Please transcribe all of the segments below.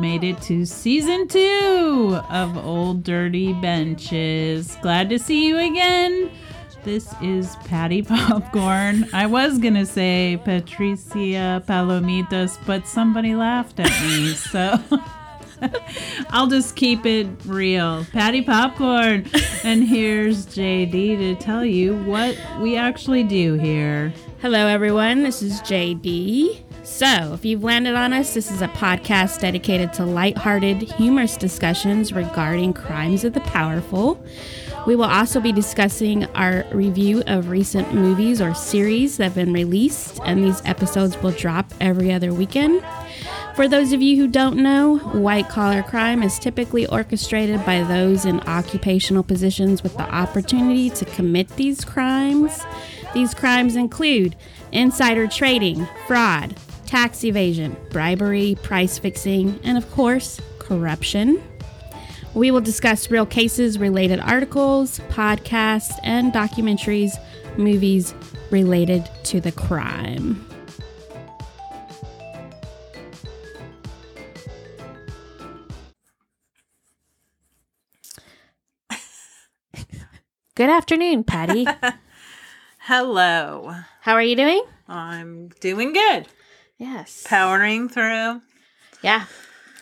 made it to season two of Old Dirty Benches. Glad to see you again. This is Patty Popcorn. I was going to say Patricia Palomitas, but somebody laughed at me. So I'll just keep it real. Patty Popcorn. And here's JD to tell you what we actually do here. Hello, everyone. This is JD. So, if you've landed on us, this is a podcast dedicated to lighthearted, humorous discussions regarding crimes of the powerful. We will also be discussing our review of recent movies or series that have been released, and these episodes will drop every other weekend. For those of you who don't know, white collar crime is typically orchestrated by those in occupational positions with the opportunity to commit these crimes. These crimes include insider trading, fraud, tax evasion, bribery, price fixing, and of course, corruption. We will discuss real cases related articles, podcasts, and documentaries, movies related to the crime. Good afternoon, Patty. Hello. How are you doing? I'm doing good. Yes. Powering through. Yeah.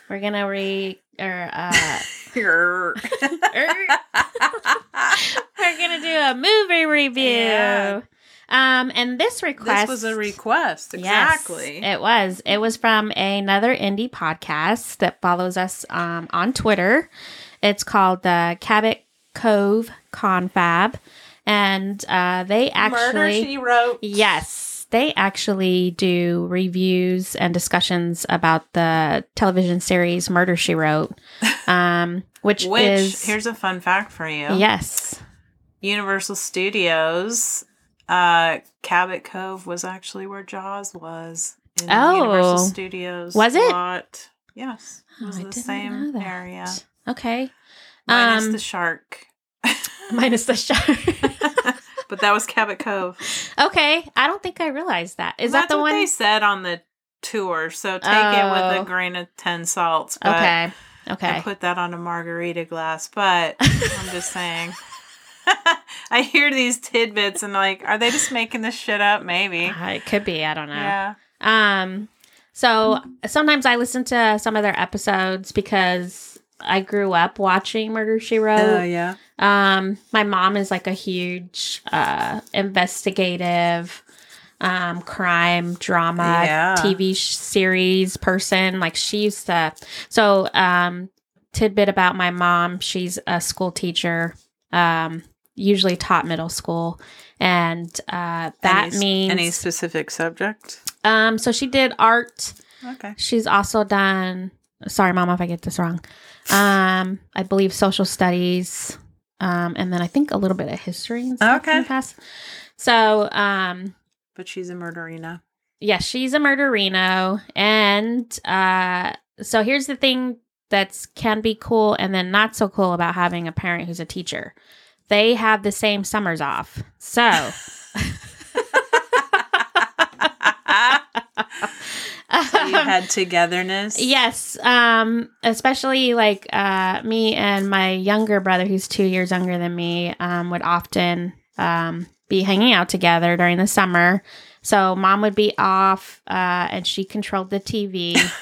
We're gonna re or uh er, Grr. we're gonna do a movie review. Yeah. Um and this request this was a request. Yes, Exactly. it was. It was from another indie podcast that follows us um, on Twitter. It's called the Cabot Cove Confab. And uh, they actually Murder She Wrote. Yes, they actually do reviews and discussions about the television series Murder She Wrote, um, which, Which is here's a fun fact for you. yes, Universal Studios, uh, Cabot Cove was actually where Jaws was. In Oh. Universal Studios. Was it? lot. Yes. It was Oh, I the didn't same know that. area. okay, Minus Um, the shark. minus the shark. but that was Cabot Cove. okay, I don't think I realized that. Is That's that the what one? they said on the tour? So take it with Oh. a grain of ten salts. But I okay, okay, put that on a margarita glass, but I'm just saying. I hear these tidbits and like, are they just making this shit up? Maybe. Uh, it could be. I don't know. Yeah. Um, so sometimes I listen to some of their episodes because I grew up watching Murder She Wrote. yeah. Um, my mom is like a huge uh, investigative um, crime drama Yeah. TV sh- series person. Like she used to. So um, tidbit about my mom: she's a school teacher, um, usually taught middle school, and uh, that means any specific subject. um. So she did art. Okay. She's also done. Sorry, mom, if I get this wrong. Um, I believe social studies, um, and then I think a little bit of history. And stuff Okay. In the past. So, um, But she's a murderina. yeah, she's a murderino, and uh, so here's the thing that's can be cool and then not so cool about having a parent who's a teacher. They have the same summers off, so. so you had togetherness. Yes, um, especially like uh, me and my younger brother, who's two years younger than me, um, would often um, be hanging out together during the summer. So mom would be off, uh, and she controlled the TV.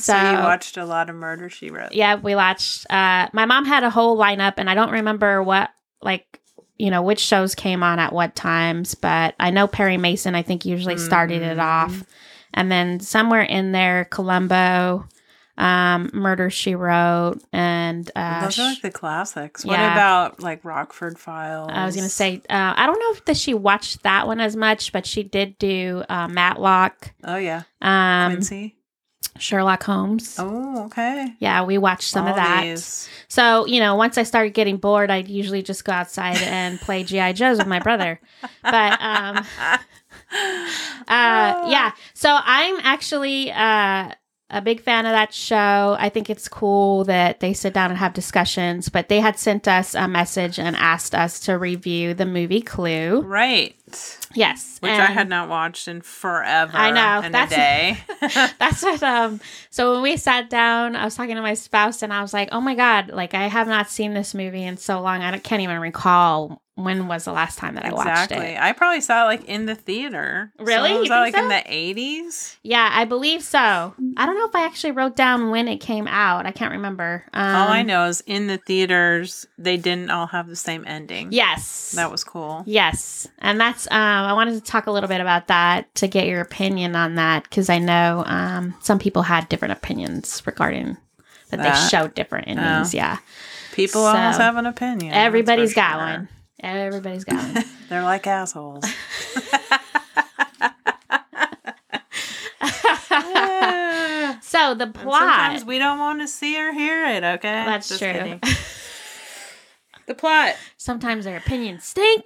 So, you so- watched a lot of murder she wrote. yeah, we watched. Uh, my mom had a whole lineup, and I don't remember what like you know which shows came on at what times, but I know Perry Mason. I think usually started Mm-hmm. it off, and then somewhere in there, Columbo, um, Murder She Wrote, and uh, Those are like the classics. What Yeah. about like Rockford Files? I was gonna say uh, I don't know if that she watched that one as much, but she did do uh, Matlock, Oh yeah, um, Quincy. Sherlock Holmes. Oh okay. Yeah, we watched some of All that. these. So, you know, once I started getting bored, I'd usually just go outside and play G.I. Joes with my brother. But um uh yeah, so I'm actually uh a big fan of that show. I think it's cool that they sit down and have discussions, but they had sent us a message and asked us to review the movie Clue. Right. Yes, which I and had not watched in forever. I know, and that's- a day. That's what. Um. So when we sat down, I was talking to my spouse, and I was like, "Oh my god! Like I have not seen this movie in so long. I don't- can't even recall when was the last time that I watched exactly. it." I probably saw it like in the theater. So Really? You was that like think so? in the eighties? Yeah, I believe so. I don't know if I actually wrote down when it came out. I can't remember. Um, all Oh, I know is in the theaters they didn't all have the same ending. Yes. That was cool. Yes. And that's, um, I wanted to talk a little bit about that to get your opinion on that because I know um, some people had different opinions regarding that, That. Oh. they showed different endings. Yeah. People always So, have an opinion. that's for Everybody's got sure. one. Everybody's got one. They're like assholes. Sometimes so the plot. we don't want to see or hear it, okay? That's true. kidding. the plot. Sometimes their opinions stink.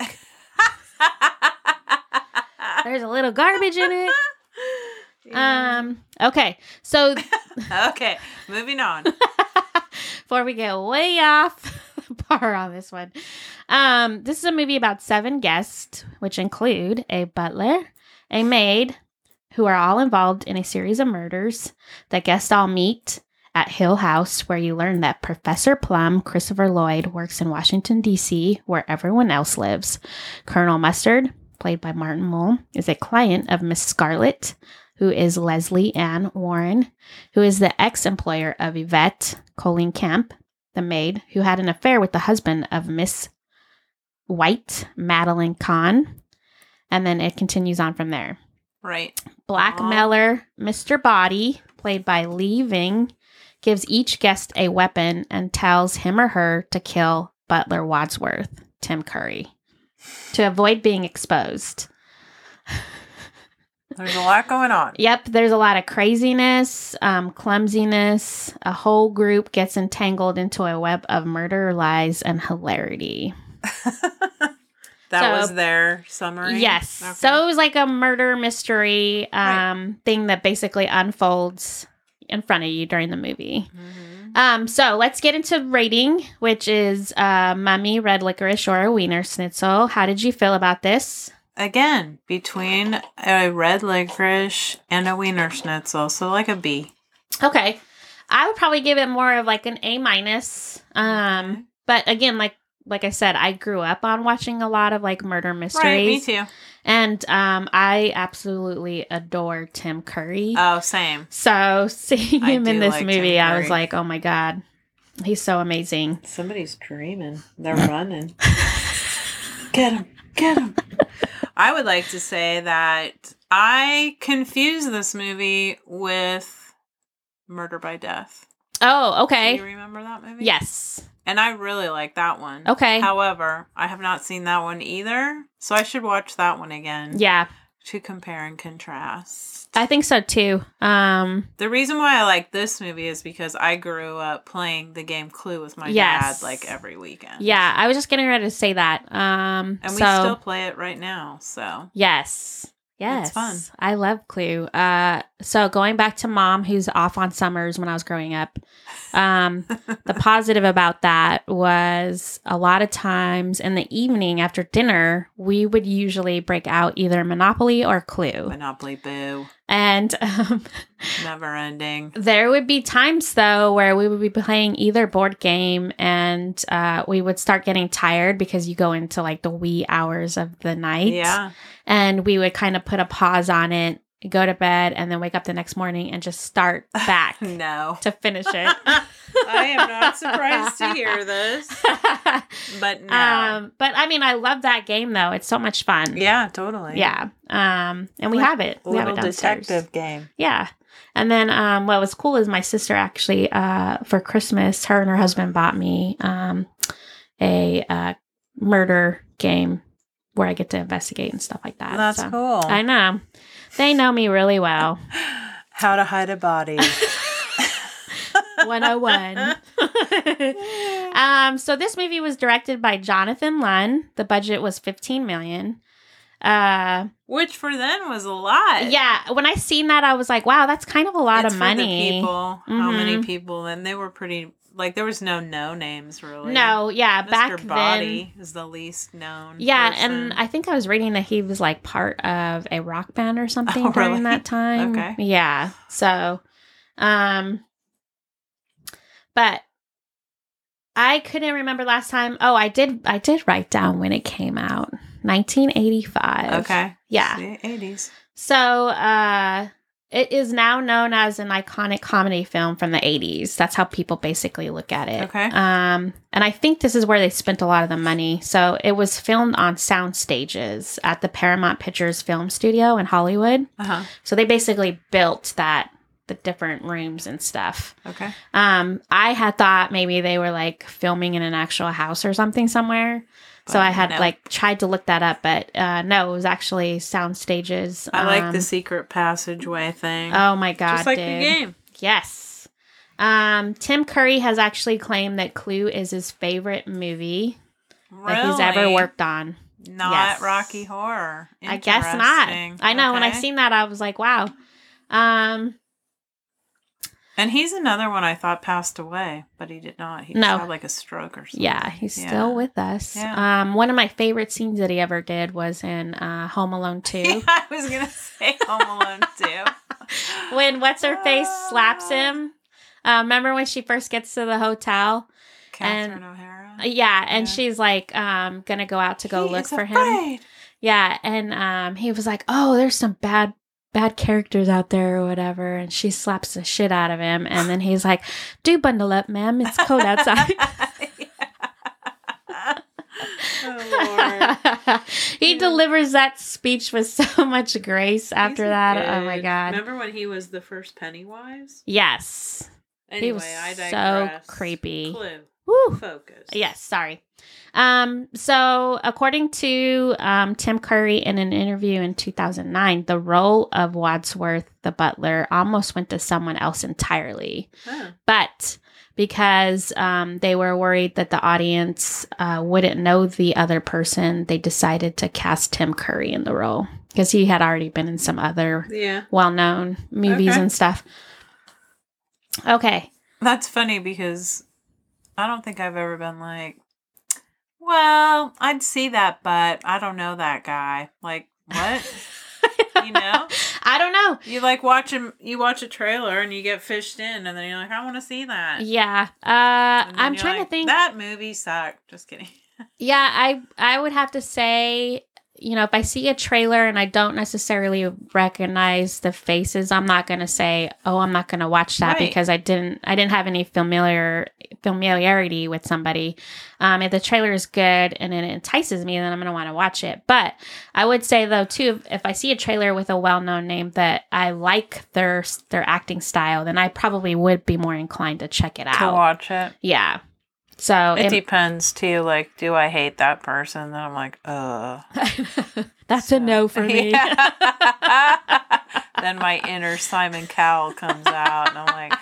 There's a little garbage in it. Um. Okay. So Okay, moving on. before we get way off the bar on this one. Um, this is a movie about seven guests, which include a butler, a maid, who are all involved in a series of murders. The guests all meet at Hill House, where you learn that Professor Plum, Christopher Lloyd, works in Washington, D.C., where everyone else lives. Colonel Mustard, played by Martin Mull, is a client of Miss Scarlet, who is Leslie Ann Warren who is the ex employer of Yvette Colleen Camp, the maid, who had an affair with the husband of Miss White, Madeline Kahn. And then it continues on from there. Right. Blackmailer Mr. Body, played by Lee Ving, gives each guest a weapon and tells him or her to kill Butler Wadsworth, Tim Curry, to avoid being exposed. There's a lot going on. Yep, there's a lot of craziness, um, clumsiness. A whole group gets entangled into a web of murder, lies, and hilarity. That So- was their summary. Yes. Okay. So it was like a murder mystery um, thing that basically unfolds in front of you during the movie. Mhm. Um, so let's get into rating, which is uh, Mummy, Red Licorice, or a Wiener Schnitzel. How did you feel about this? again between a red licorice and a wiener schnitzel, so like a B. Okay. I would probably give it more of like an A minus. Um, but again, like like I said, I grew up on watching a lot of like murder mysteries. Right, me too. And um I absolutely adore Tim Curry. Oh, same. so seeing I him in do this like Tim movie, I was Curry. like, oh my God. He's so amazing. Somebody's dreaming. They're running. get him. Get him. I would like to say that I confuse this movie with Murder by Death. Oh, Do okay. you remember that movie? Yes. And I really like that one. Okay. However, I have not seen that one either, so I should watch that one again Yeah. to compare and contrast. I think so too. Um The reason why I like this movie is because I grew up playing the game Clue with my Yes. dad like every weekend. yeah, I was just getting ready to say that. Um And we so- still play it right now. So, Yes. Yes. It's fun. I love Clue. Uh, so going back to mom, who's off on summers when I was growing up, um, the positive about that was a lot of times in the evening after dinner, we would usually break out either Monopoly or Clue. Monopoly Boo, And um, never ending. there would be times though where we would be playing either board game and uh, we would start getting tired because you go into like the wee hours of the night Yeah. and we would kind of put a pause on it, go to bed, and then wake up the next morning and just start back No. to finish it. I am not surprised to hear this, but no. um, but I mean, I love that game though; it's so much fun. yeah, totally. Yeah. Um, and we Like have it. We have Little it downstairs. detective game. Yeah. And then um, what was cool is my sister actually uh, for Christmas, her and her husband bought me um, a uh, murder game where I get to investigate and stuff like that. That's So, cool. I know. They know me really well. How to hide a body. 101. um, so this movie was directed by Jonathan Lunn. The budget was 15 million. Uh, Which for then was a lot. yeah, when I seen that, I was like, wow, that's kind of a lot Uh, It's of for the money. people, how many Mhm. people? And they were pretty like there was no no names really. No, yeah, Mr. back then. Body is the least known. Yeah, and person. I think I was reading that he was like part of a rock band or something Oh, during really? that time. Okay. Yeah. So, um, but I couldn't remember last time. Oh, I did. I did write down when it came out, 1985. okay, Yeah. eighties. So, uh, it is now known as an iconic comedy film from the 80s. That's how people basically look at it. Okay. Um, and I think this is where they spent a lot of the money. So it was filmed on sound stages at the Paramount Pictures Film Studio in Hollywood. Uh huh. So they basically built that, the different rooms and stuff. Okay. Um, I had thought maybe they were like filming in an actual house or something somewhere. So But I had no. like tried to look that up, but uh, no, it was actually sound stages. I like um, the secret passageway thing. Oh my god, just like dude. the game. Yes. Um, Tim Curry has actually claimed that Clue is his favorite movie Really? that he's ever worked on. Not Yes. Rocky Horror. I guess not. Interesting. I know. When I Okay. seen that, I was like, wow. Um, And he's another one I thought passed away, but he did not. He just No. had like a stroke or something. yeah, he's Yeah. still with us. Yeah. Um, one of my favorite scenes that he ever did was in uh, Home Alone Yeah, 2 I was gonna say Home Alone too. when What's Her Face Ah. slaps him. Uh, remember when she first gets to the hotel? Catherine and- O'Hara. Yeah, and Uh, Yeah. she's like, um, gonna go out to go He look is for him. afraid. Yeah, and um, he was like, "Oh, there's some bad bad characters out there or whatever," and she slaps the shit out of him, and then he's like, "Do bundle up, ma'am. It's cold outside." oh, Lord. he Yeah. delivers that speech with so much grace after He's that. good. Oh my god. Remember when he was the first Pennywise? yes. Anyway, he was I so digress. creepy. Clue. Woo. Focus. Yes, sorry. Um, so, according to um, Tim Curry in an interview in 2009, the role of Wadsworth the butler almost went to someone else entirely. Huh. But because um, they were worried that the audience uh, wouldn't know the other person, they decided to cast Tim Curry in the role because he had already been in some other Yeah. well known movies Okay. and stuff. Okay. That's funny because I don't think I've ever been like, well, I'd see that, but I don't know that guy. Like, what? you know? I don't know. You like watch him, you watch a trailer and you get fished in, and then you're like, I want to see that. Yeah. Uh, And then I'm you're trying like, to think. That movie sucked. Just kidding. Yeah, I I would have to say, you know, if I see a trailer and I don't necessarily recognize the faces, I'm not going to say, "Oh, I'm not going to watch that Right. because I didn't I didn't have any familiar familiarity with somebody." Um, if the trailer is good and it entices me, then I'm going to want to watch it. But I would say though too, if, if I see a trailer with a well-known name that I like their their acting style, then I probably would be more inclined to check it out. watch it. Yeah. So It depends too. Like, do I hate that person? Then I'm like, uh. That's a no for me. Yeah. then my inner Simon Cowell comes out, and I'm like,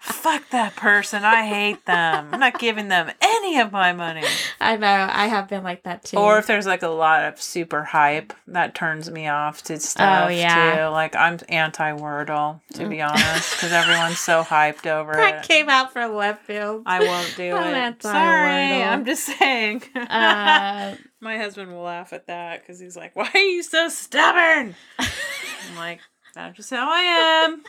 fuck that person. I hate them. I'm not giving them any of my money. I know. I have been like that too. Or if there's like a lot of super hype, that turns me off to stuff Oh, yeah. Mm. too. Like, I'm anti Wordle, to be honest, because everyone's so hyped over that it. came out from left field. I won't do I'm it. anti-Wordle. Sorry, I'm just saying. Uh, My husband will laugh at that because he's like, "Why are you so stubborn?" I'm like, "That's just how I am."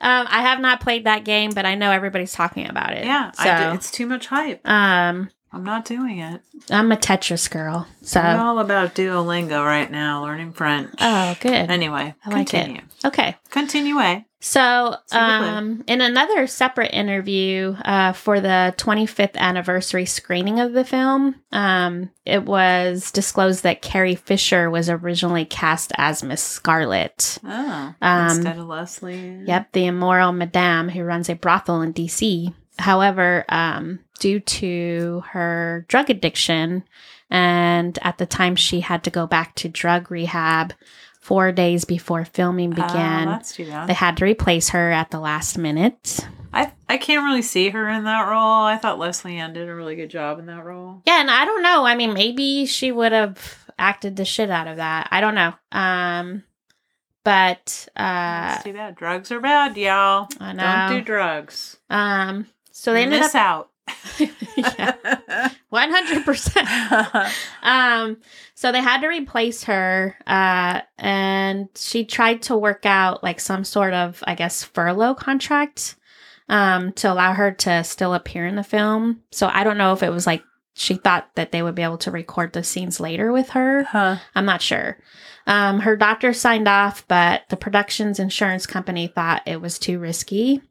um, I have not played that game, but I know everybody's talking about it. Yeah, I do. So, it's too much hype. um, I'm not doing it. I'm a Tetris girl. So, I'm all about Duolingo right now, learning French. oh, good. anyway, I like it. continue. okay. Continue. eh? So, Super um, in another separate interview uh, for the 25th anniversary screening of the film, um, it was disclosed that Carrie Fisher was originally cast as Miss Scarlet. Oh, Um, instead of Leslie. Yep, the immoral madame who runs a brothel in DC. However, um, due to her drug addiction, and at the time she had to go back to drug rehab four days before filming Oh, began, that's too bad. they had to replace her at the last minute. I I can't really see her in that role. I thought Leslie Ann did a really good job in that role. Yeah, and I don't know. I mean, maybe she would have acted the shit out of that. I don't know. Um, but uh, That's too bad. Drugs are bad, y'all. I know. Don't do drugs. Um, So they ended miss up out. yeah, 100%. Um, so they had to replace her, uh, and she tried to work out like some sort of, I guess, furlough contract, um, to allow her to still appear in the film. So I don't know if it was like she thought that they would be able to record the scenes later with her. huh. I'm not sure. Um, her doctor signed off, but the production's insurance company thought it was too risky.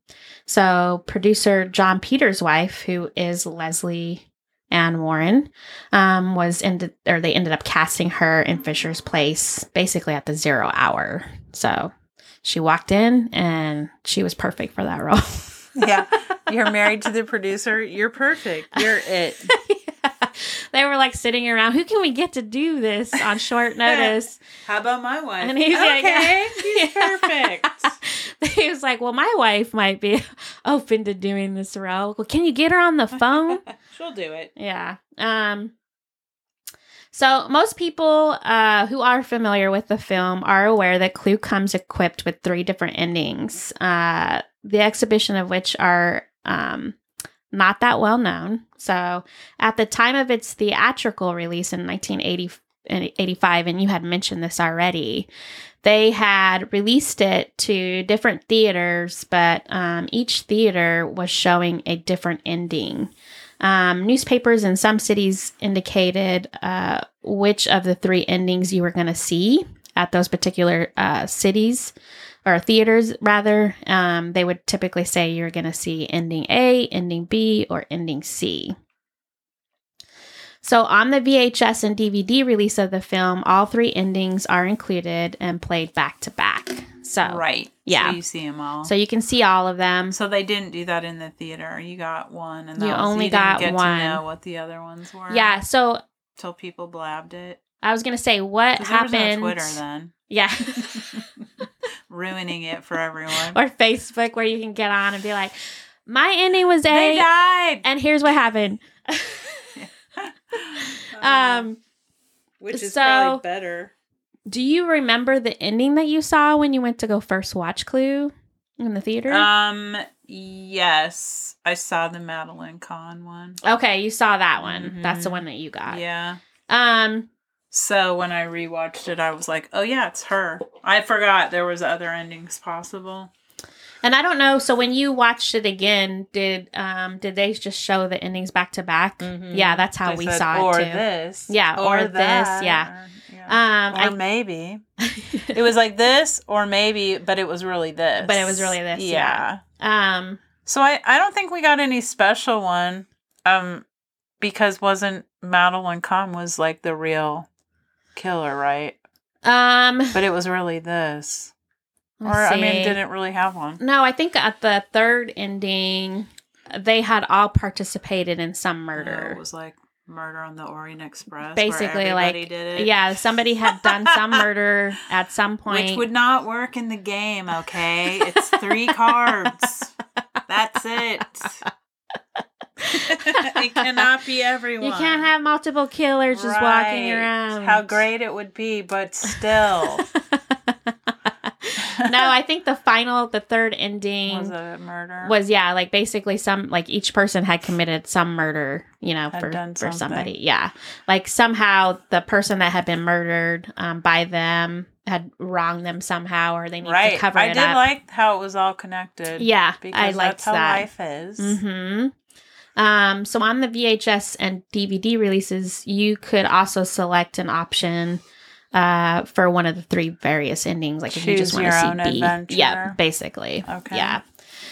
So producer John Peters' wife, who is Leslie Ann Warren, um, was ended or they ended up casting her in Fisher's place, basically at the zero hour. So she walked in and she was perfect for that role. Yeah. You're married to the producer. You're perfect. You're it. They were like sitting around, who can we get to do this on short notice? How about my wife? And he's like, okay, yeah. he's Yeah. perfect. he was like, "Well, my wife might be open to doing this role. Well, can you get her on the phone?" She'll do it. yeah. Um. So most people uh, who are familiar with the film are aware that Clue comes equipped with three different endings, uh, the exhibition of which are um, not that well known. So at the time of its theatrical release in 1980. and 85 and you had mentioned this already they had released it to different theaters but um, each theater was showing a different ending um, newspapers in some cities indicated uh, which of the three endings you were going to see at those particular uh, cities or theaters rather um, they would typically say you're going to see ending a ending b or ending c so on the vhs and dvd release of the film all three endings are included and played back to back so Right. Yeah. So you see them all. Oh. so So, you can see all of them they didn't do that in the theater. You got one, and that You was- only you got didn't get one. to know what the other ones were. yeah so Till people blabbed it. I was gonna say what 'Cause happened. There was no Twitter then, Yeah, ruining it for everyone. or Facebook, where you can get on and be like, "My ending was they A, died. and here's what happened." Oh, um, which so- probably better. do you remember the ending that you saw when you went to go first watch Clue in the theater? Um. Yes, I saw the Madeline Kahn one. okay, you saw that one. That's the mhm. one that you got. Yeah. Um. So when I rewatched it, I was like, "Oh yeah, it's her." I forgot there was other endings possible. And I don't know. So when you watched it again, did um did they just show the endings back to back? Mhm. Yeah, that's how They we said, saw or it too. this, Yeah, or this, that," yeah. or- Um, I or maybe it was like this, or maybe, but it was really this. But it was really this, yeah. um So I, I don't think we got any special one, um, because wasn't Madeline Kahn was like the real killer, right? um. But it was really this, let's or I see. mean, didn't really have one. No, I think at the third ending, they had all participated in some No, murder. It was like Murder on the Orient Express. Basically, Oh, where like everybody did it. yeah, somebody had done some murder at some point. Which would not work in the game, okay? It's three cards. That's it. it cannot be everyone. you can't have multiple killers just walking Right. around. How great it would be, but still. no, I think the final, the third ending was was, a murder. yeah, like basically some like each person had committed some murder, you know, Had for done for somebody. something. Yeah, like somehow the person that had been murdered um, by them had wronged them somehow, or they need right. to cover I it did up. like how it was all connected. Yeah, because I that's liked how that. life is. hmm Um, so on the VHS and DVD releases, you could also select an option uh, for one of the three various endings. Like if you just Choose want to your see own B. adventure. Yeah, basically. Okay. Yeah.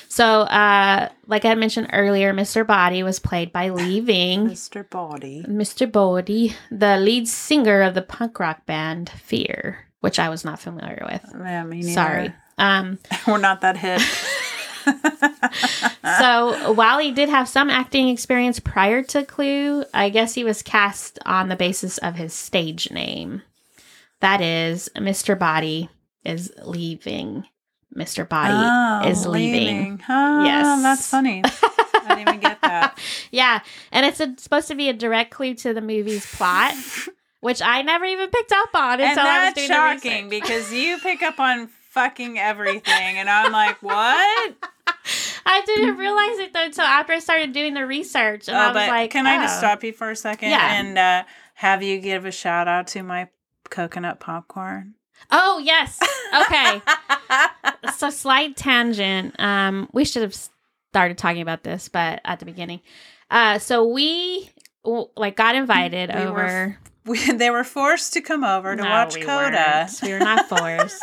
So, uh, like I had mentioned earlier, Mr. Body was played by Lee Ving. Mr. Body. Mr. Bodie, the lead singer of the punk rock band Fear, which I was not familiar with. Yeah, me neither. Sorry. Um, We're not that hip. so while he did have some acting experience prior to Clue, I guess he was cast on the basis of his stage name. That is, Mr. Body is leaving. Mr. Body Oh, is leaving. Oh, Yes. That's funny. I didn't even get that. Yeah, and it's a, supposed to be a direct clue to the movie's plot, which I never even picked up on until and I that's was doing shocking the research. because you pick up on fucking everything and I'm like, what? I didn't realize it though until after I started doing the research, and I Uh, was but like, can I just oh. stop you for a second Yeah. and uh, have you give a shout out to my coconut popcorn? Oh yes, okay. so slight tangent. Um, we should have started talking about this, but at the beginning. Uh, so we w- like got invited We were over. we, they were forced to come over to No, watch we Coda weren't. We were not forced.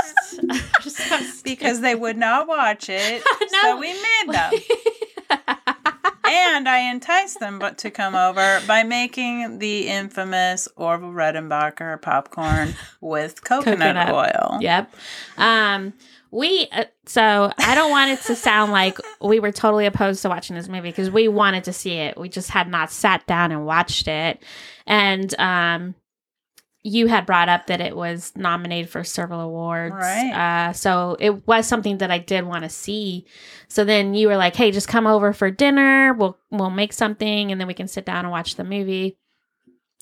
So stupid. because they would not watch it. No. So we made them. and I enticed them but to come over by making the infamous Orville Redenbacher popcorn with coconut, Coconut. oil. Yep. Um, we uh, so I don't want it to sound like we were totally opposed to watching this movie because we wanted to see it. We just had not sat down and watched it, and um, you had brought up that it was nominated for several awards, Right. Uh, so it was something that I did want to see. So then you were like, "Hey, just come over for dinner. We'll we'll make something, and then we can sit down and watch the movie."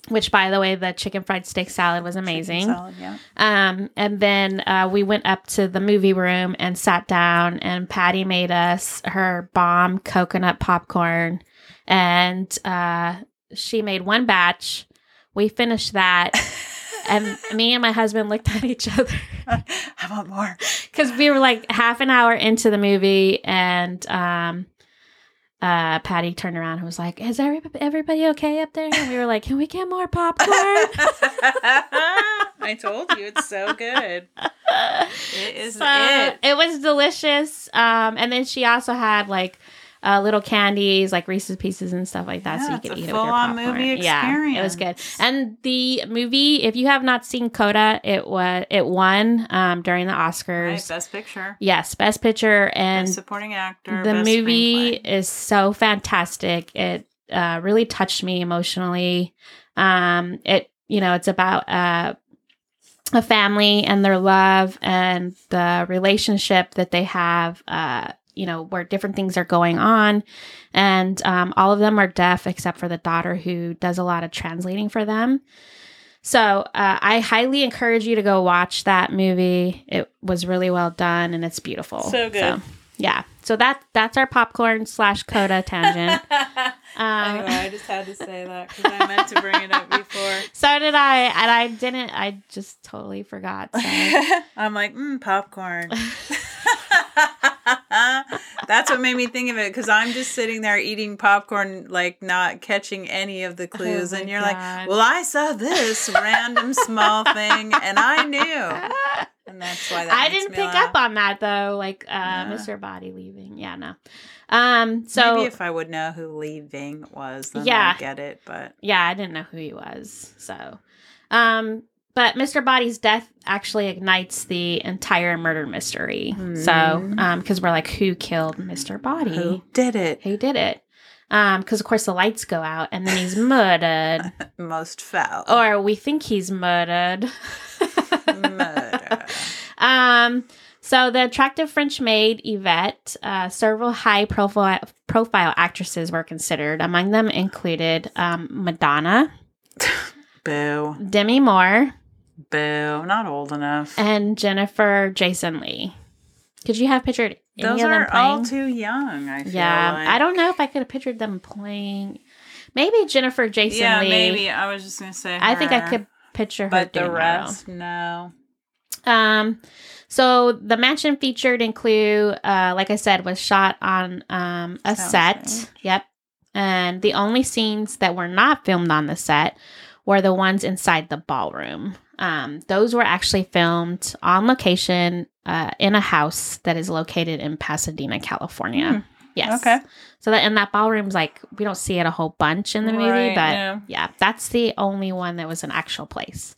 Which, by the way, the chicken fried steak salad was amazing. Solid, yeah. Um, and then uh, we went up to the movie room and sat down, and Patty made us her bomb coconut popcorn. And uh, she made one batch. We finished that. and me and my husband looked at each other I want more. because we were like half an hour into the movie, and um, uh, Patty turned around and was like, Is everybody, everybody okay up there? And we were like, Can we get more popcorn? I told you it's so good. It is So, it. was delicious. Um, and then she also had like uh, little candies, like Reese's pieces and stuff like that, so Yeah, you it's could a eat it with your full-on popcorn. movie Yeah, it was good. experience. And the movie, if you have not seen Coda, it was it won um, during the Oscars. Right, best picture. Yes, Best Picture and best supporting actor. the best movie screenplay. is so fantastic. It uh, really touched me emotionally. Um, it you know it's about uh, a family and their love and the relationship that they have. Uh, you know where different things are going on, and um, all of them are deaf except for the daughter who does a lot of translating for them. So uh, I highly encourage you to go watch that movie. It was really well done and it's beautiful. So good. yeah. So that that's our popcorn slash coda tangent. Um, anyway, I just had to say that because I meant to bring it up before. So did I, and I didn't. I just totally forgot. So. I'm like, mm, popcorn. That's what made me think of it because I'm just sitting there eating popcorn, like not catching any of the clues. Oh my and you're God. like, well, I saw this random small thing and I knew. And that's why that I makes didn't me pick laugh. up on that though, like uh, Yeah. Mr. Body leaving. Yeah, no. Um, so Maybe if I would know who leaving was, then Yeah. I'd get it. But yeah, I didn't know who he was. So, um, but Mr. Body's death actually ignites the entire murder mystery. So, Hmm. um, because we're like, who killed Mr. Body? who did it? Who did it? Um, because of course the lights go out and then he's murdered, Most foul. or we think he's murdered. murder. Um, so the attractive French maid Yvette, uh, several high profile profile actresses were considered. Among them included um, Madonna, Boo. Demi Moore, Boo. Not old enough. and Jennifer Jason Lee. Could you have pictured any Those of them are playing? all too young, I feel yeah, like. I don't know if I could have pictured them playing. Maybe Jennifer Jason Yeah, Lee. maybe. I was just gonna say. I think I her, could picture her. But the doing that role. rest, no. Um, so the mansion featured include, uh, like I said, was shot on um, a Sounds set. right. Yep. And the only scenes that were not filmed on the set were the ones inside the ballroom. Um, those were actually filmed on location uh, in a house that is located in Pasadena, California. Hmm. Yes. Okay. So that and that ballroom's like we don't see it a whole bunch in the movie, Right, but yeah. yeah, that's the only one that was an actual place.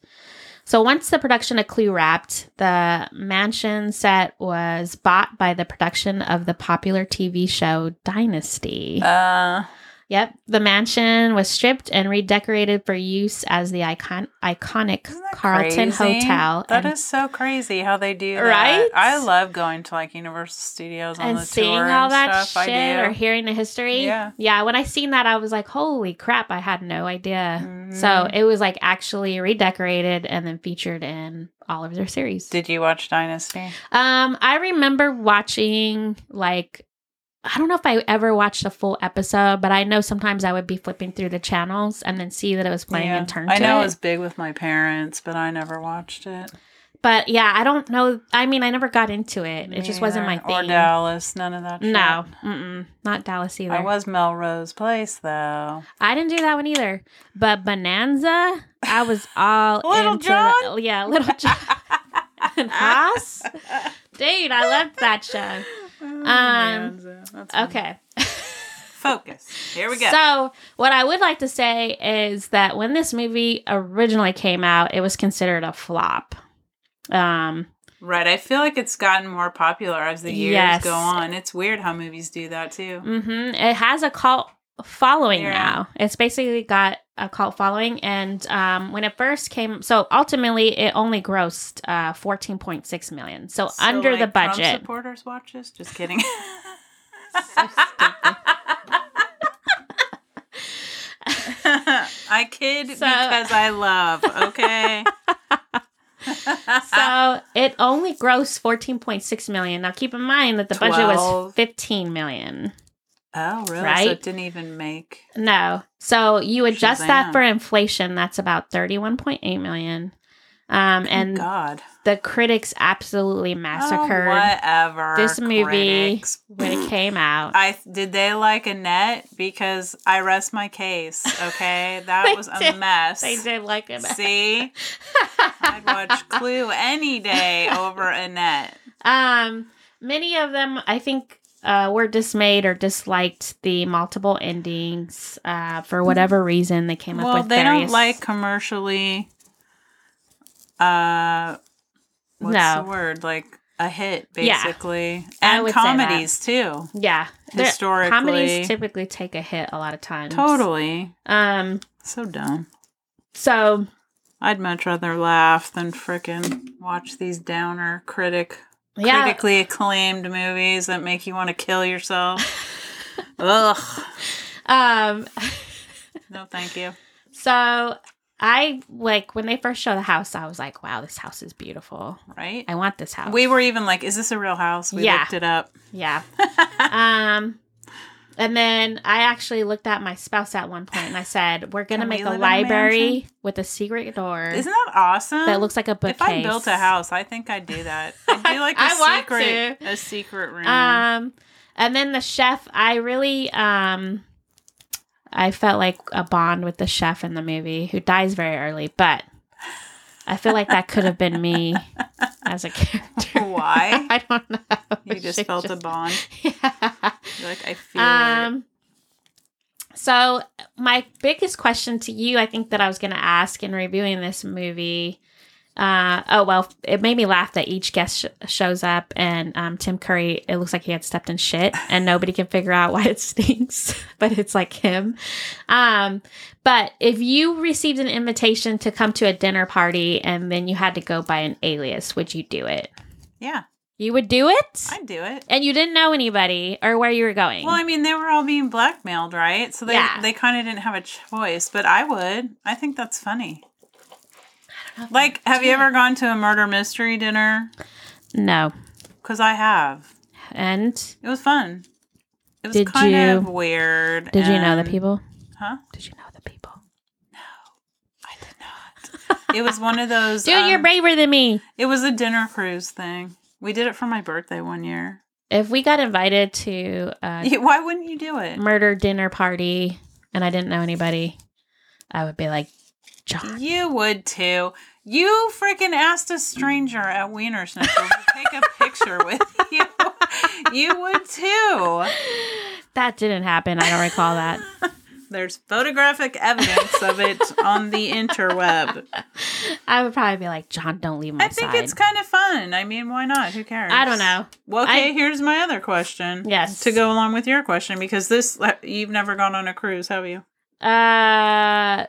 So once the production of Clue wrapped, the mansion set was bought by the production of the popular TV show Dynasty. Uh, yep, the mansion was stripped and redecorated for use as the icon iconic isn't that Carlton crazy? Hotel. That and- is so crazy how they do that. Right? I love going to like Universal Studios on and the seeing tour and all that stuff. shit I do. or hearing the history. Yeah. Yeah. When I seen that, I was like, holy crap, I had no idea. Mhm. So it was like actually redecorated and then featured in all of their series. did you watch Dynasty? um, I remember watching like I don't know if I ever watched a full episode, but I know sometimes I would be flipping through the channels and then see that it was playing Yeah. and turn. I to know it. it was big with my parents, but I never watched it. but yeah, I don't know. I mean, I never got into it. It just wasn't my Neither. Or thing. Dallas, none of that. No, mm-mm, not Dallas shit. either. I was Melrose Place though. I didn't do that one either. But Bonanza, I was all Little into John? The, yeah, Little John and Haas. Dude, I loved that show. Oh, Um, Okay. Focus. Here we go. So, what I would like to say is that when this movie originally came out, it was considered a flop. Um, right. I feel like it's gotten more popular as the years Yes. go on. It's weird how movies do that too. mhm, it has a cult following Yeah. now. It's basically got a cult following, and um, when it first came, so ultimately it only grossed uh, fourteen point six million, so, So, under the like, Trump budget. supporters watch this? Just kidding. I kid So- because I love. Okay. so it only grossed fourteen point six million. Now keep in mind that the budget was Twelve. fifteen million. oh, really? So Right? it didn't even make. No. So you adjust that Shazam. for inflation, that's about 31.8 million. Um, and God. the critics absolutely Oh, massacred whatever. this movie critics. when it came out. I did they like Annette because I rest my case. Okay, They that was a did. mess. they did like it. See, I'd watch Clue any day over Annette. Um, many of them, I think, uh, were dismayed or disliked the multiple endings uh, for whatever reason. They came up Hmm. Well, with they various- don't like commercially. Uh, what's No. the word? Like a hit, Yeah. basically, I and would say that. comedies too. yeah. They're- Historically, comedies typically take a hit a lot of times. totally Um, so dumb. so I'd much rather laugh than frickin' watch these downer critic yeah, critically acclaimed movies that make you want to kill yourself. Ugh. um, No, thank you. So I like when they first showed the house, I was like, wow, this house is beautiful. Right? I want this house. We were even like, is this a real house? We Yeah. looked it up. Yeah. um and then I actually looked at my spouse at one point and I said, We're gonna Can we make a live in a library with a secret door Isn't that awesome? that looks like a if bookcase. I built a house, I think I'd do that. I'd do like a I want secret a secret room. Um and then the chef, I really um I felt like a bond with the chef in the movie who dies very early, but I feel like that could have been me as a character. Why? I don't know. You just She felt a bond. Yeah. You're like I feel it. Um. So my biggest question to you, I think that I was going to ask in reviewing this movie. Uh, oh well, it made me laugh that each guest sh- shows up and um, Tim Curry. It looks like he had stepped in shit, and nobody can figure out why it stinks, but it's like him. Um, but if you received an invitation to come to a dinner party and then you had to go by an alias, would you do it? Yeah, You would do it, I'd do it. and you didn't know anybody or where you were going. Well, I mean, they were all being blackmailed, right? So they Yeah. they kind of didn't have a choice. But I would. I think that's funny. Like, have you ever gone to a murder mystery dinner? no. Because I have. And It was fun. It was Did kind you- of weird. did you know the and- people? Huh? Did you know the people? I did not. it was one of those. Dude, you're um, braver than me. It was a dinner cruise thing. We did it for my birthday one year. If we got invited to a You- Why wouldn't you do it? murder dinner party and I didn't know anybody, I would be like, John. You would too. You freaking asked a stranger at Wiener Schnitzels to take a picture with you. You would too. That didn't happen. I don't recall that. There's photographic evidence of it on the interweb. I would probably be like, John, don't leave my I think side. it's kind of fun. I mean, why not? Who cares? I don't know. Well, okay, I- here's my other question. Yes. To go along with your question, because this, uh, you've never gone on a cruise, have you? Uh,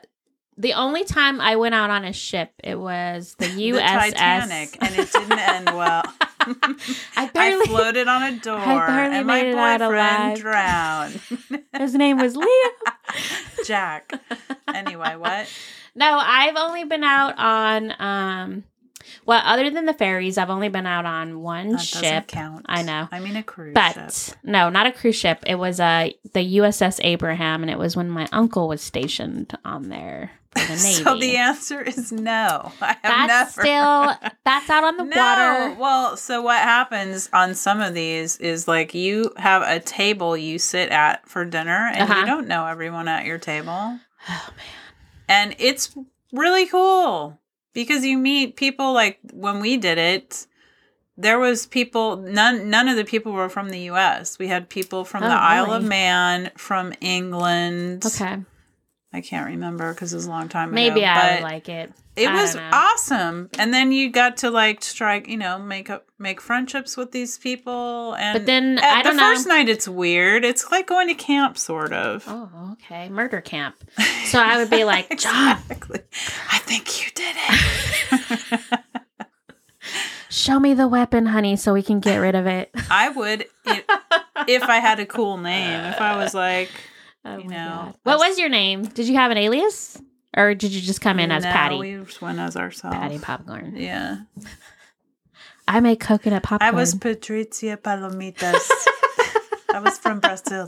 the only time I went out on a ship, it was the The USS. Titanic, and it didn't end well. I I barely. floated on a door, barely and my made it out alive. boyfriend drowned. his name was Leo. Jack. Anyway, what? No, I've only been out on um Well, other than the ferries, I've only been out on one That doesn't ship. count. I know. I mean a cruise But ship. no, not a cruise ship. It was uh, the USS Abraham, and it was when my uncle was stationed on there for the Navy. So the answer is no. I have that's never. still that's out on the water. Well, so what happens on some of these is like you have a table you sit at for dinner and Uh-huh. you don't know everyone at your table. Oh man. And it's really cool because you meet people like when we did it there was people none none of the people were from the US. We had people from Oh, the Isle of really? Man, from England. Okay, I can't remember cuz it was a long time ago. maybe I would but- like it. it I was don't know. awesome and then you got to like strike you know make up make friendships with these people and But then at I don't the know. first night it's weird it's like going to camp sort of oh, okay, murder camp. So I would be like, John, exactly i think you did it show me the weapon, honey, so we can get rid of it. i would i- if i had a cool name if i was like Oh You my know, God. what was your name? Did you have an alias, or did you just come in as no, Patty? we just went as ourselves Patty popcorn. yeah I make coconut popcorn. i was patricia palomitas i was from brazil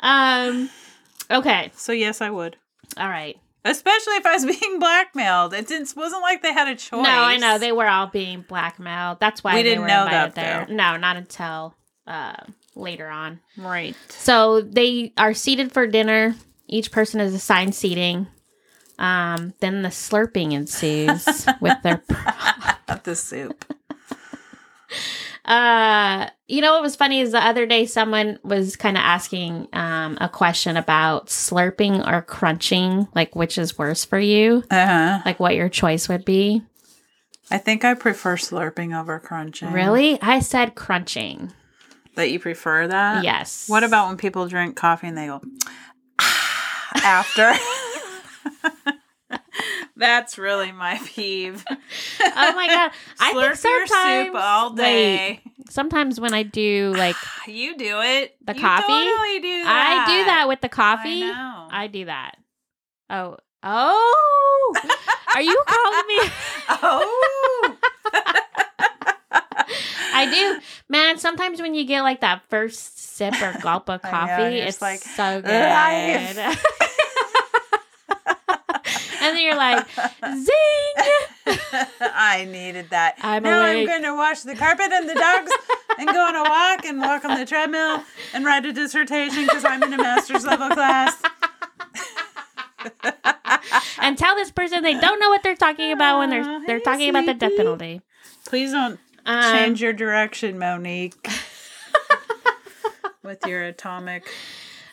Um. Okay. so yes i would All right. Especially if I was being blackmailed. It didn't, wasn't like they had a choice. No, I know they were all being blackmailed. That's why We they didn't were know invited that, there. though. No, not until uh, later on. Right. So they are seated for dinner. Each person is assigned seating. Um, then the slurping ensues with their. At the soup. Uh, you know what was funny is the other day someone was kind of asking um, a question about slurping or crunching, like which is worse for you, Uh huh. like what your choice would be. I think I prefer slurping over crunching. Really? I said crunching. That you prefer that? yes. Uh, What about when people drink coffee and they go "Ah," after? That's really my peeve. Oh my god. I think Slurp your sometimes soup all day. wait, sometimes when I do like You do it. The You coffee? totally do I that. do that with the coffee. I know. I do that. Oh. Oh. Are you calling me? oh. I do. Man, sometimes when you get like that first sip or gulp of I know, coffee, you're it's just like, so good. "Life." and then you're like, zing. I needed that. I'm now awake. I'm going to wash the carpet and the dogs and go on a walk and walk on the treadmill and write a dissertation because I'm in a master's level class. And tell this person they don't know what they're talking about Aw, when they're they're hey, talking about the death sleepy. penalty. Please don't Um, change your direction, Monique, with your atomic.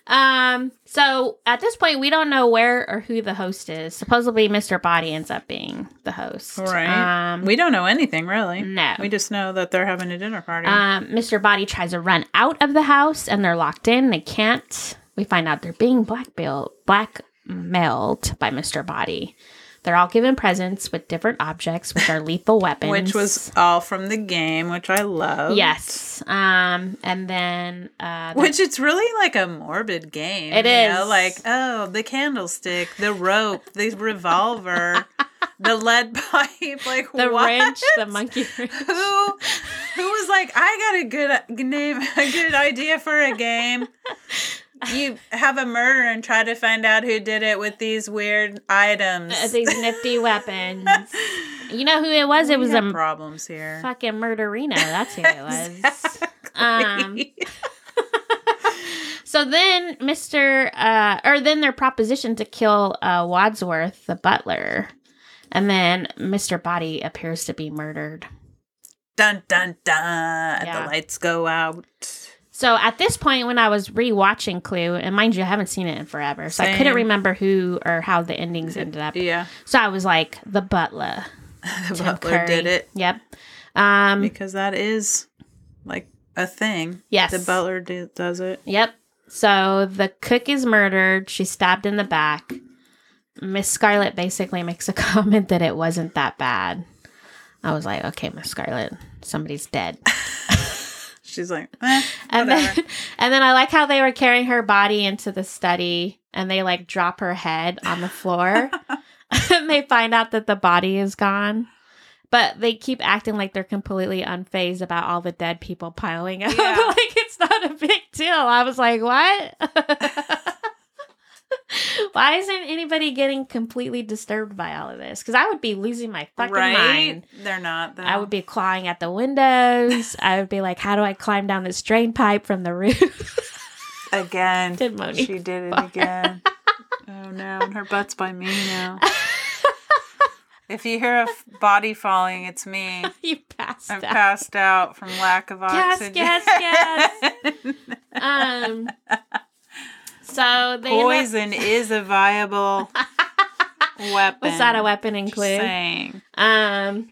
Um, so at this point, we don't know where or who the host is. Supposedly, Mr. Body ends up being the host. Right. Um, we don't know anything really. No. We just know that they're having a dinner party. um, Mr. Body tries to run out of the house and they're locked in. They can't. We find out they're being blackmailed, blackmailed by Mr. Body. They're all given presents with different objects, which are lethal weapons. which was all from the game, which I love. Yes. Um, and then uh, the- Which it's really like a morbid game. It It is is. like, oh, the candlestick, the rope, the revolver, the lead pipe, like the what? wrench, the monkey wrench. Who who was like, I got a good uh, name a good idea for a game. You have a murder and try to find out who did it with these weird items. Uh, these nifty weapons. You know who it was? it We was a have m- problems here. fucking murderino. That's who it was. Um, so then, Mister, uh, or then their proposition to kill uh, Wadsworth, the butler, and then Mister Body appears to be murdered. dun dun dun. Yeah. The lights go out. So at this point, when I was rewatching Clue, and mind you, I haven't seen it in forever, so I couldn't Same. remember who or how the endings ended up. Yeah. So I was like, the butler, The Tim butler Curry. did it. Yep. Um, because that is like a thing. Yes. the butler do- does it. Yep. So the cook is murdered. She's stabbed in the back. Miss Scarlet basically makes a comment that it wasn't that bad. I was like, okay, Miss Scarlet, somebody's dead. She's like, eh, And whatever. then, and then I like how they were carrying her body into the study and they like drop her head on the floor. and they find out that the body is gone. But they keep acting like they're completely unfazed about all the dead people piling up. Yeah. like it's not a big deal. I was like, what? Why isn't anybody getting completely disturbed by all of this? Because I would be losing my fucking right? mind. They're not. Though. I would be clawing at the windows. I would be like, how do I climb down this drain pipe from the roof? again. Did Monique She did it fart? again. oh no, and her butt's by me now. if you hear a f- body falling, it's me. you passed I'm out. passed out from lack of Yes, oxygen. yes, yes. Um, so they end up- Poison is a viable weapon. was that a weapon and Just clue? saying. Um,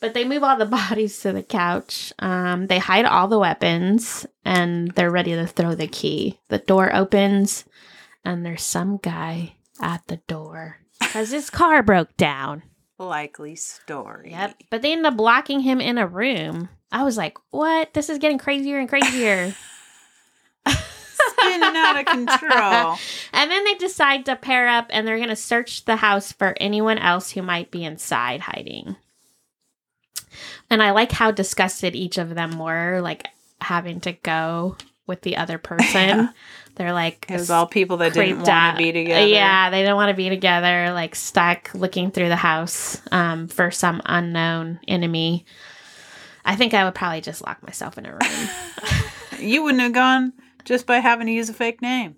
but they move all the bodies to the couch. Um, they hide all the weapons and they're ready to throw the key. The door opens and there's some guy at the door because his car broke down. Likely story. Yep. But they end up blocking him in a room. I was like, what? This is getting crazier and crazier. Spinning out of control. And then they decide to pair up and they're going to search the house for anyone else who might be inside hiding. And I like how disgusted each of them were, like having to go with the other person. Yeah. They're like, It was all people that didn't creeped want out. to be together. Yeah, they don't want to be together, like stuck looking through the house um, for some unknown enemy. I think I would probably just lock myself in a room. You wouldn't have gone just by having to use a fake name.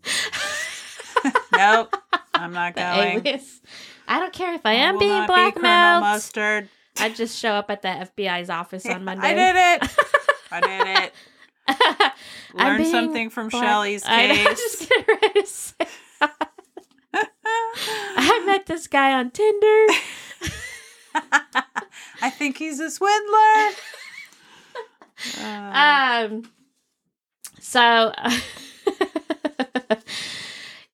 nope. I'm not The going. alias. I don't care if I I am will being not be Colonel blackmailed. Mustard. I would just show up at the FBI's office on Monday. I did it. I did it. I'm Learn being something from Black- Shelley's I know, I case. was just getting ready to say- I met this guy on Tinder. I think he's a swindler. Uh, Um, so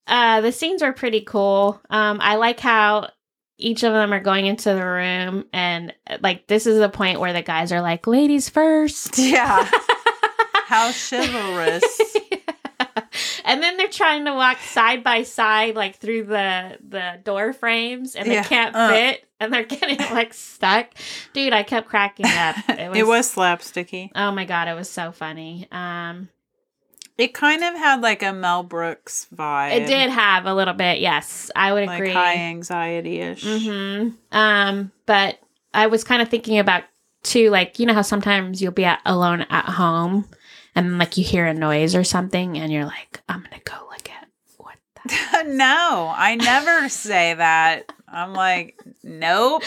uh, the scenes are pretty cool. Um, I like how each of them are going into the room, and like this is the point where the guys are like, "Ladies first. yeah. How chivalrous. and then they're trying to walk side by side like through the the door frames and Yeah. they can't Uh. fit and they're getting like stuck dude i kept cracking up it was slapsticky. oh my god it was so funny um It kind of had like a Mel Brooks vibe. it did have a little bit yes i would Like agree high anxiety ish. hmm um but i was kind of thinking about too like you know how sometimes you'll be at, alone at home and like you hear a noise or something and you're like i'm gonna go look at what the no, I never say that. I'm like, nope,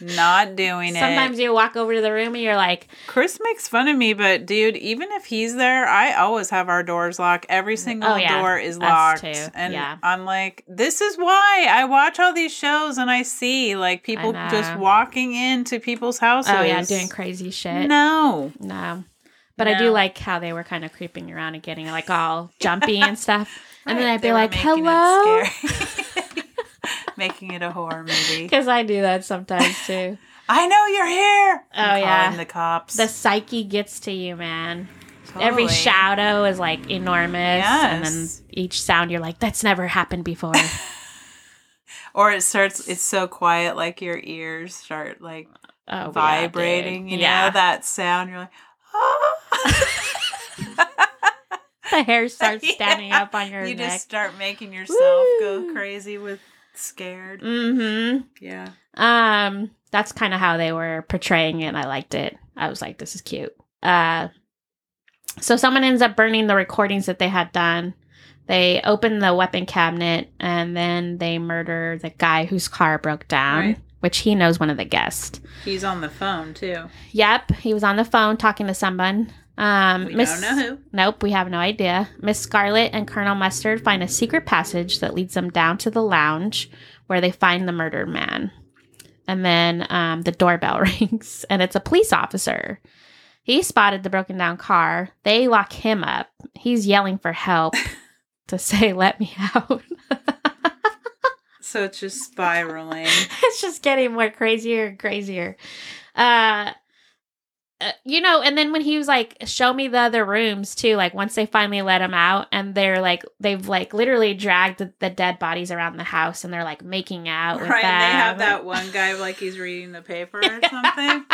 not doing Sometimes it. you walk over to the room and you're like, Chris makes fun of me, but dude, even if he's there, I always have our doors locked. Every single Mm-hmm. Oh, yeah. door is Us locked, too. and Yeah. I'm like, this is why I watch all these shows and I see like people just know. walking into people's houses. oh yeah, doing crazy shit. No. No, But I do No. like how they were kind of creeping around and getting like all jumpy and stuff. And then Right, I'd they be were like, making it hello. scary. making it a horror movie. Because I do that sometimes too. I know you're here. I'm Oh, calling yeah. the cops. the psyche gets to you, man. Every Totally. shadow is like enormous. And then Yes. each sound, you're like, that's never happened before. Oh, Or it starts. It's so quiet, like your ears start like Oh, vibrating. you know yeah. dude. that sound. You're like, oh. Yeah. the hair starts standing up on your you neck. just start making yourself Woo. go crazy with scared. mm-hmm. Yeah. Um, that's kind of how they were portraying it. and I liked it. I was like, this is cute. Uh, so someone ends up burning the recordings that they had done. They open the weapon cabinet and then they murder the guy whose car broke down, Right. which he knows one of the guests. He's on the phone too. Yep, he was on the phone talking to someone. Um, We Miss- don't know who. Nope, we have no idea. Miss Scarlet and Colonel Mustard find a secret passage that leads them down to the lounge where they find the murdered man. And then um, the doorbell rings, and it's a police officer. He spotted the broken down car. They lock him up. He's yelling for help to say, Let me out. So it's just spiraling. it's just getting more crazier and crazier. Uh, uh, you know, and then when he was like, show me the other rooms too, like once they finally let him out and they're like, they've like literally dragged the, the dead bodies around the house and they're like making out. With Right, and they have them. that one guy like he's reading the paper or something.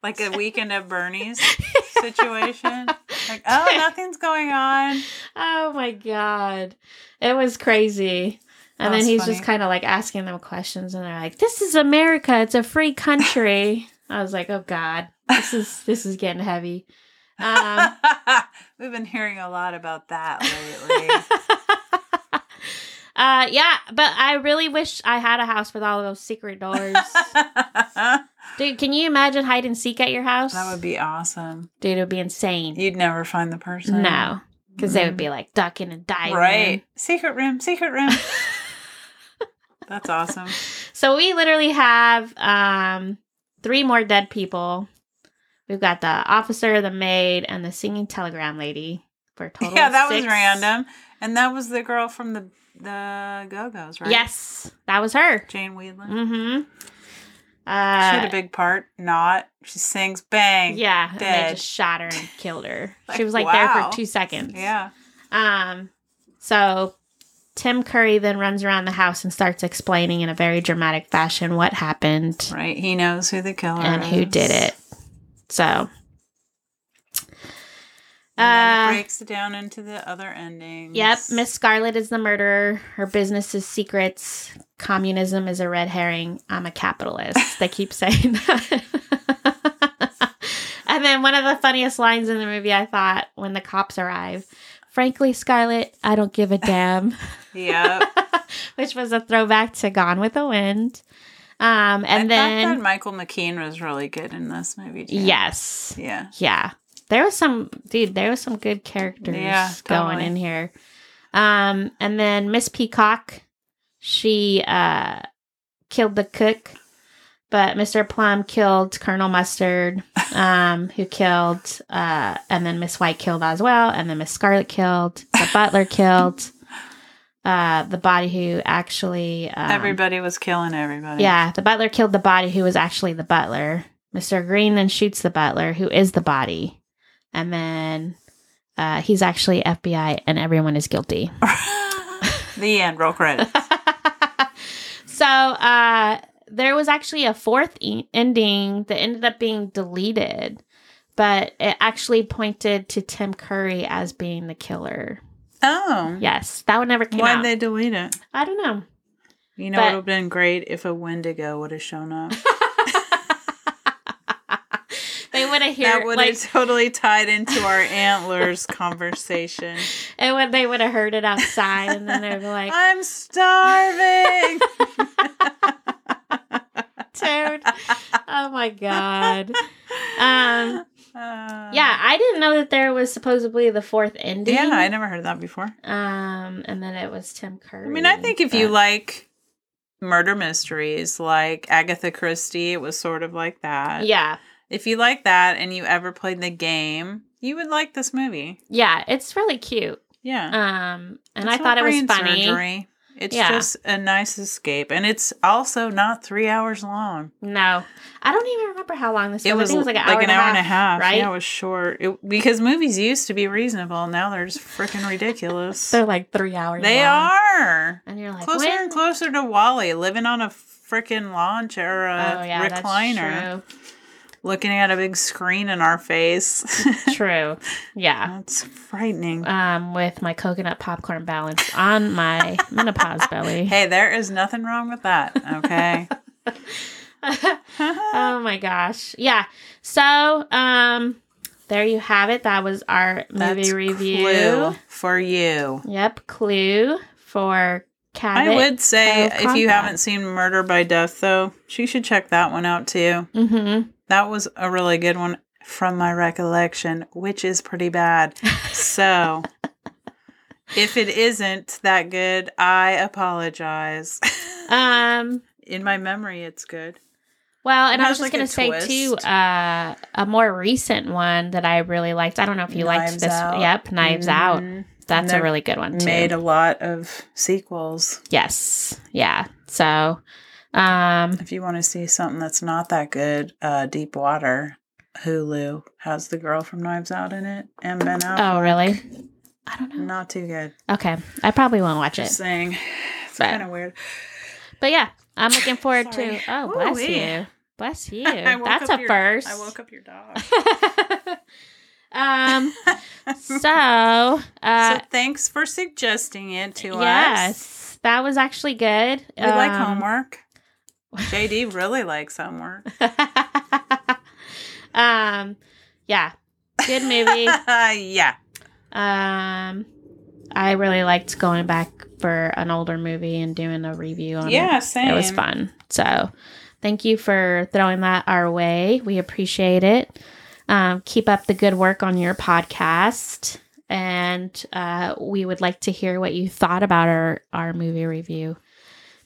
Like a weekend at Bernie's situation. Like, oh, nothing's going on. Oh my God. It was crazy. And That then was he's funny. just kind of like asking them questions and they're like, this is America. It's a free country. I was like, oh God, this is, this is getting heavy. Um, We've been hearing a lot about that lately. uh, yeah, but I really wish I had a house with all those secret doors. that Dude, can you imagine hide and seek at your house? would be awesome. Dude, it would be insane. You'd never find the person. No, because they would be like ducking and diving. Right. Secret room, secret room. That's awesome. So we literally have um, three more dead people. We've got the officer, the maid, and the singing telegram lady for a total. yeah, of that was six. random. And that was the girl from the the Go Go's, right? Yes, that was her. Jane Wheedland. Mm-hmm. she had Uh, a big part. Not. She sings bang. yeah, and they dead. just shot her and killed her. Like, she was like there wow. for two seconds. Yeah. Um, so Tim Curry then runs around the house and starts explaining in a very dramatic fashion what happened Right. He knows who the killer and is. who did it. So And then Uh, it breaks down into the other endings. Yep, Miss Scarlet is the murderer. Her business is secrets. Communism is a red herring. I'm a capitalist. They keep saying that. and then one of the funniest lines in the movie, I thought, when the cops arrive, frankly, Scarlet, I don't give a damn, Yep. which was a throwback to Gone with the Wind. Um, I and thought that then, Michael McKean was really good in this movie. Too. yes, Yeah. yeah there was some dude there was some good characters Yeah, going totally. in here um and then miss peacock she uh killed the cook but mr plum killed colonel mustard um who killed uh and then miss white killed as well and then miss scarlet killed the butler killed uh the body who actually um, everybody was killing everybody. yeah, the butler killed the body who was actually the butler. Mr. Green then shoots the butler who is the body. And then uh, he's actually FBI and everyone is guilty. the end. Roll credit. so uh, there was actually a fourth e- ending that ended up being deleted, but it actually pointed to Tim Curry as being the killer. Oh. Yes, that one never came Why'd out. they delete it? I don't know. You know, But- it would have been great if a Wendigo would have shown up. They would have that heard would have like totally tied into our antlers conversation. and when they would have heard it outside, and then they'd be like, I'm starving. dude. Oh my god. Um, Uh, yeah, I didn't know that there was supposedly the fourth ending. Yeah, I never heard that before. um, and then it was Tim Curry. I mean, I think if you but- like murder mysteries like Agatha Christie, it was sort of like that. yeah, If you like that and you ever played the game, you would like this movie. yeah, it's really cute. Yeah. Um, and It's I no thought it was brain funny. surgery. It's Yeah. just a nice escape. And it's also not three hours long. No, I don't even remember how long this was. It was, I think it was like an hour, and, a half, right? Yeah, it was short. It, because movies used to be reasonable. Now they're just freaking ridiculous. They're like three hours. they long. are. And you're like, closer when? and closer to Wally, living on a freaking launch or a Oh yeah, recliner, That's looking at a big screen in our face. true. true. Yeah. That's frightening. Um, with my coconut popcorn balance on my menopause belly. Hey, there is nothing wrong with that. Okay. oh my gosh. Yeah. So, um there you have it. That was our movie That's review. Clue for you. Yep, clue for Cabot. I would say Kyle if you Conrad. haven't seen Murder by Death, though, she should check that one out too. Mhm. That was a really good one from my recollection, which is pretty bad. So if it isn't that good, I apologize. Um In my memory, it's good. well, and It I was has, just like, gonna a say too, uh, a more recent one that I really liked. I don't know if you liked Knives this. Out. Yep, Knives Out. Mhm. That's a They've really good one too. Made a lot of sequels. yes, yeah. So, um, If you want to see something that's not that good, uh, Deep Water, Hulu has the girl from Knives Out in it and Ben Affleck. Oh, really? I don't know. Not too good. Okay, I probably won't watch Just it. saying. It's But- kind of weird. But yeah, I'm looking forward Sorry. to. Oh, bless Ooh-wee. you, bless you. I woke That's up a your- first. I woke up your dog. um. So, uh, so thanks for suggesting it to us. yes, that was actually good. We like Um, homework. JD really likes homework. um, yeah, good movie. yeah. um, I really liked going back for an older movie and doing a review on it. Yeah, same. It was fun. So thank you for throwing that our way. We appreciate it. Um, keep up the good work on your podcast. And uh, we would like to hear what you thought about our, our movie review.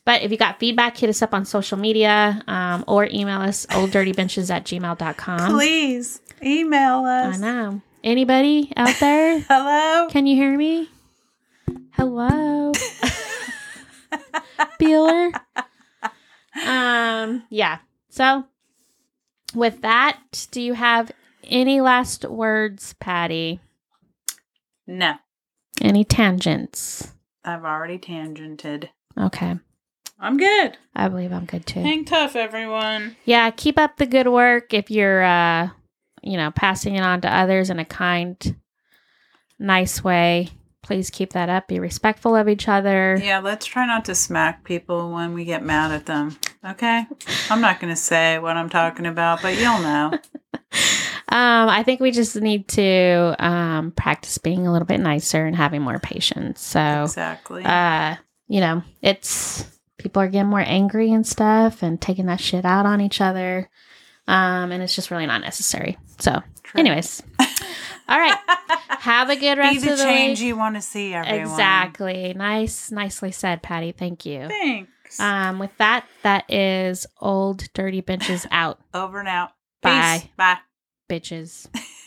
But if you got feedback, hit us up on social media um, or email us olddirtybenches at gmail.com. Please email I us. know. Anybody out there? Hello. Can you hear me? Hello. Bueller. Um, yeah. So with that, do you have any last words, Patty? No, Any tangents? I've already tangented. Okay. I'm good. I believe I'm good too. Hang tough, everyone. Yeah, keep up the good work if you're uh you know, passing it on to others in a kind, nice way. Please keep that up. Be respectful of each other. Yeah, let's try not to smack people when we get mad at them. Okay? I'm not going to say what I'm talking about, but you'll know. um, I think we just need to um, practice being a little bit nicer and having more patience. So, Exactly. Oh. uh, you know, it's people are getting more angry and stuff and taking that shit out on each other. Um, and it's just really not necessary. So, True. anyways, all right. Have a good Be rest the of the change week. you want to see, everyone. Exactly. Nice, nicely said, Patty. Thank you. Thanks. Um, with that, that is old dirty benches out, Over and out. Bye. Peace. Bye. bitches.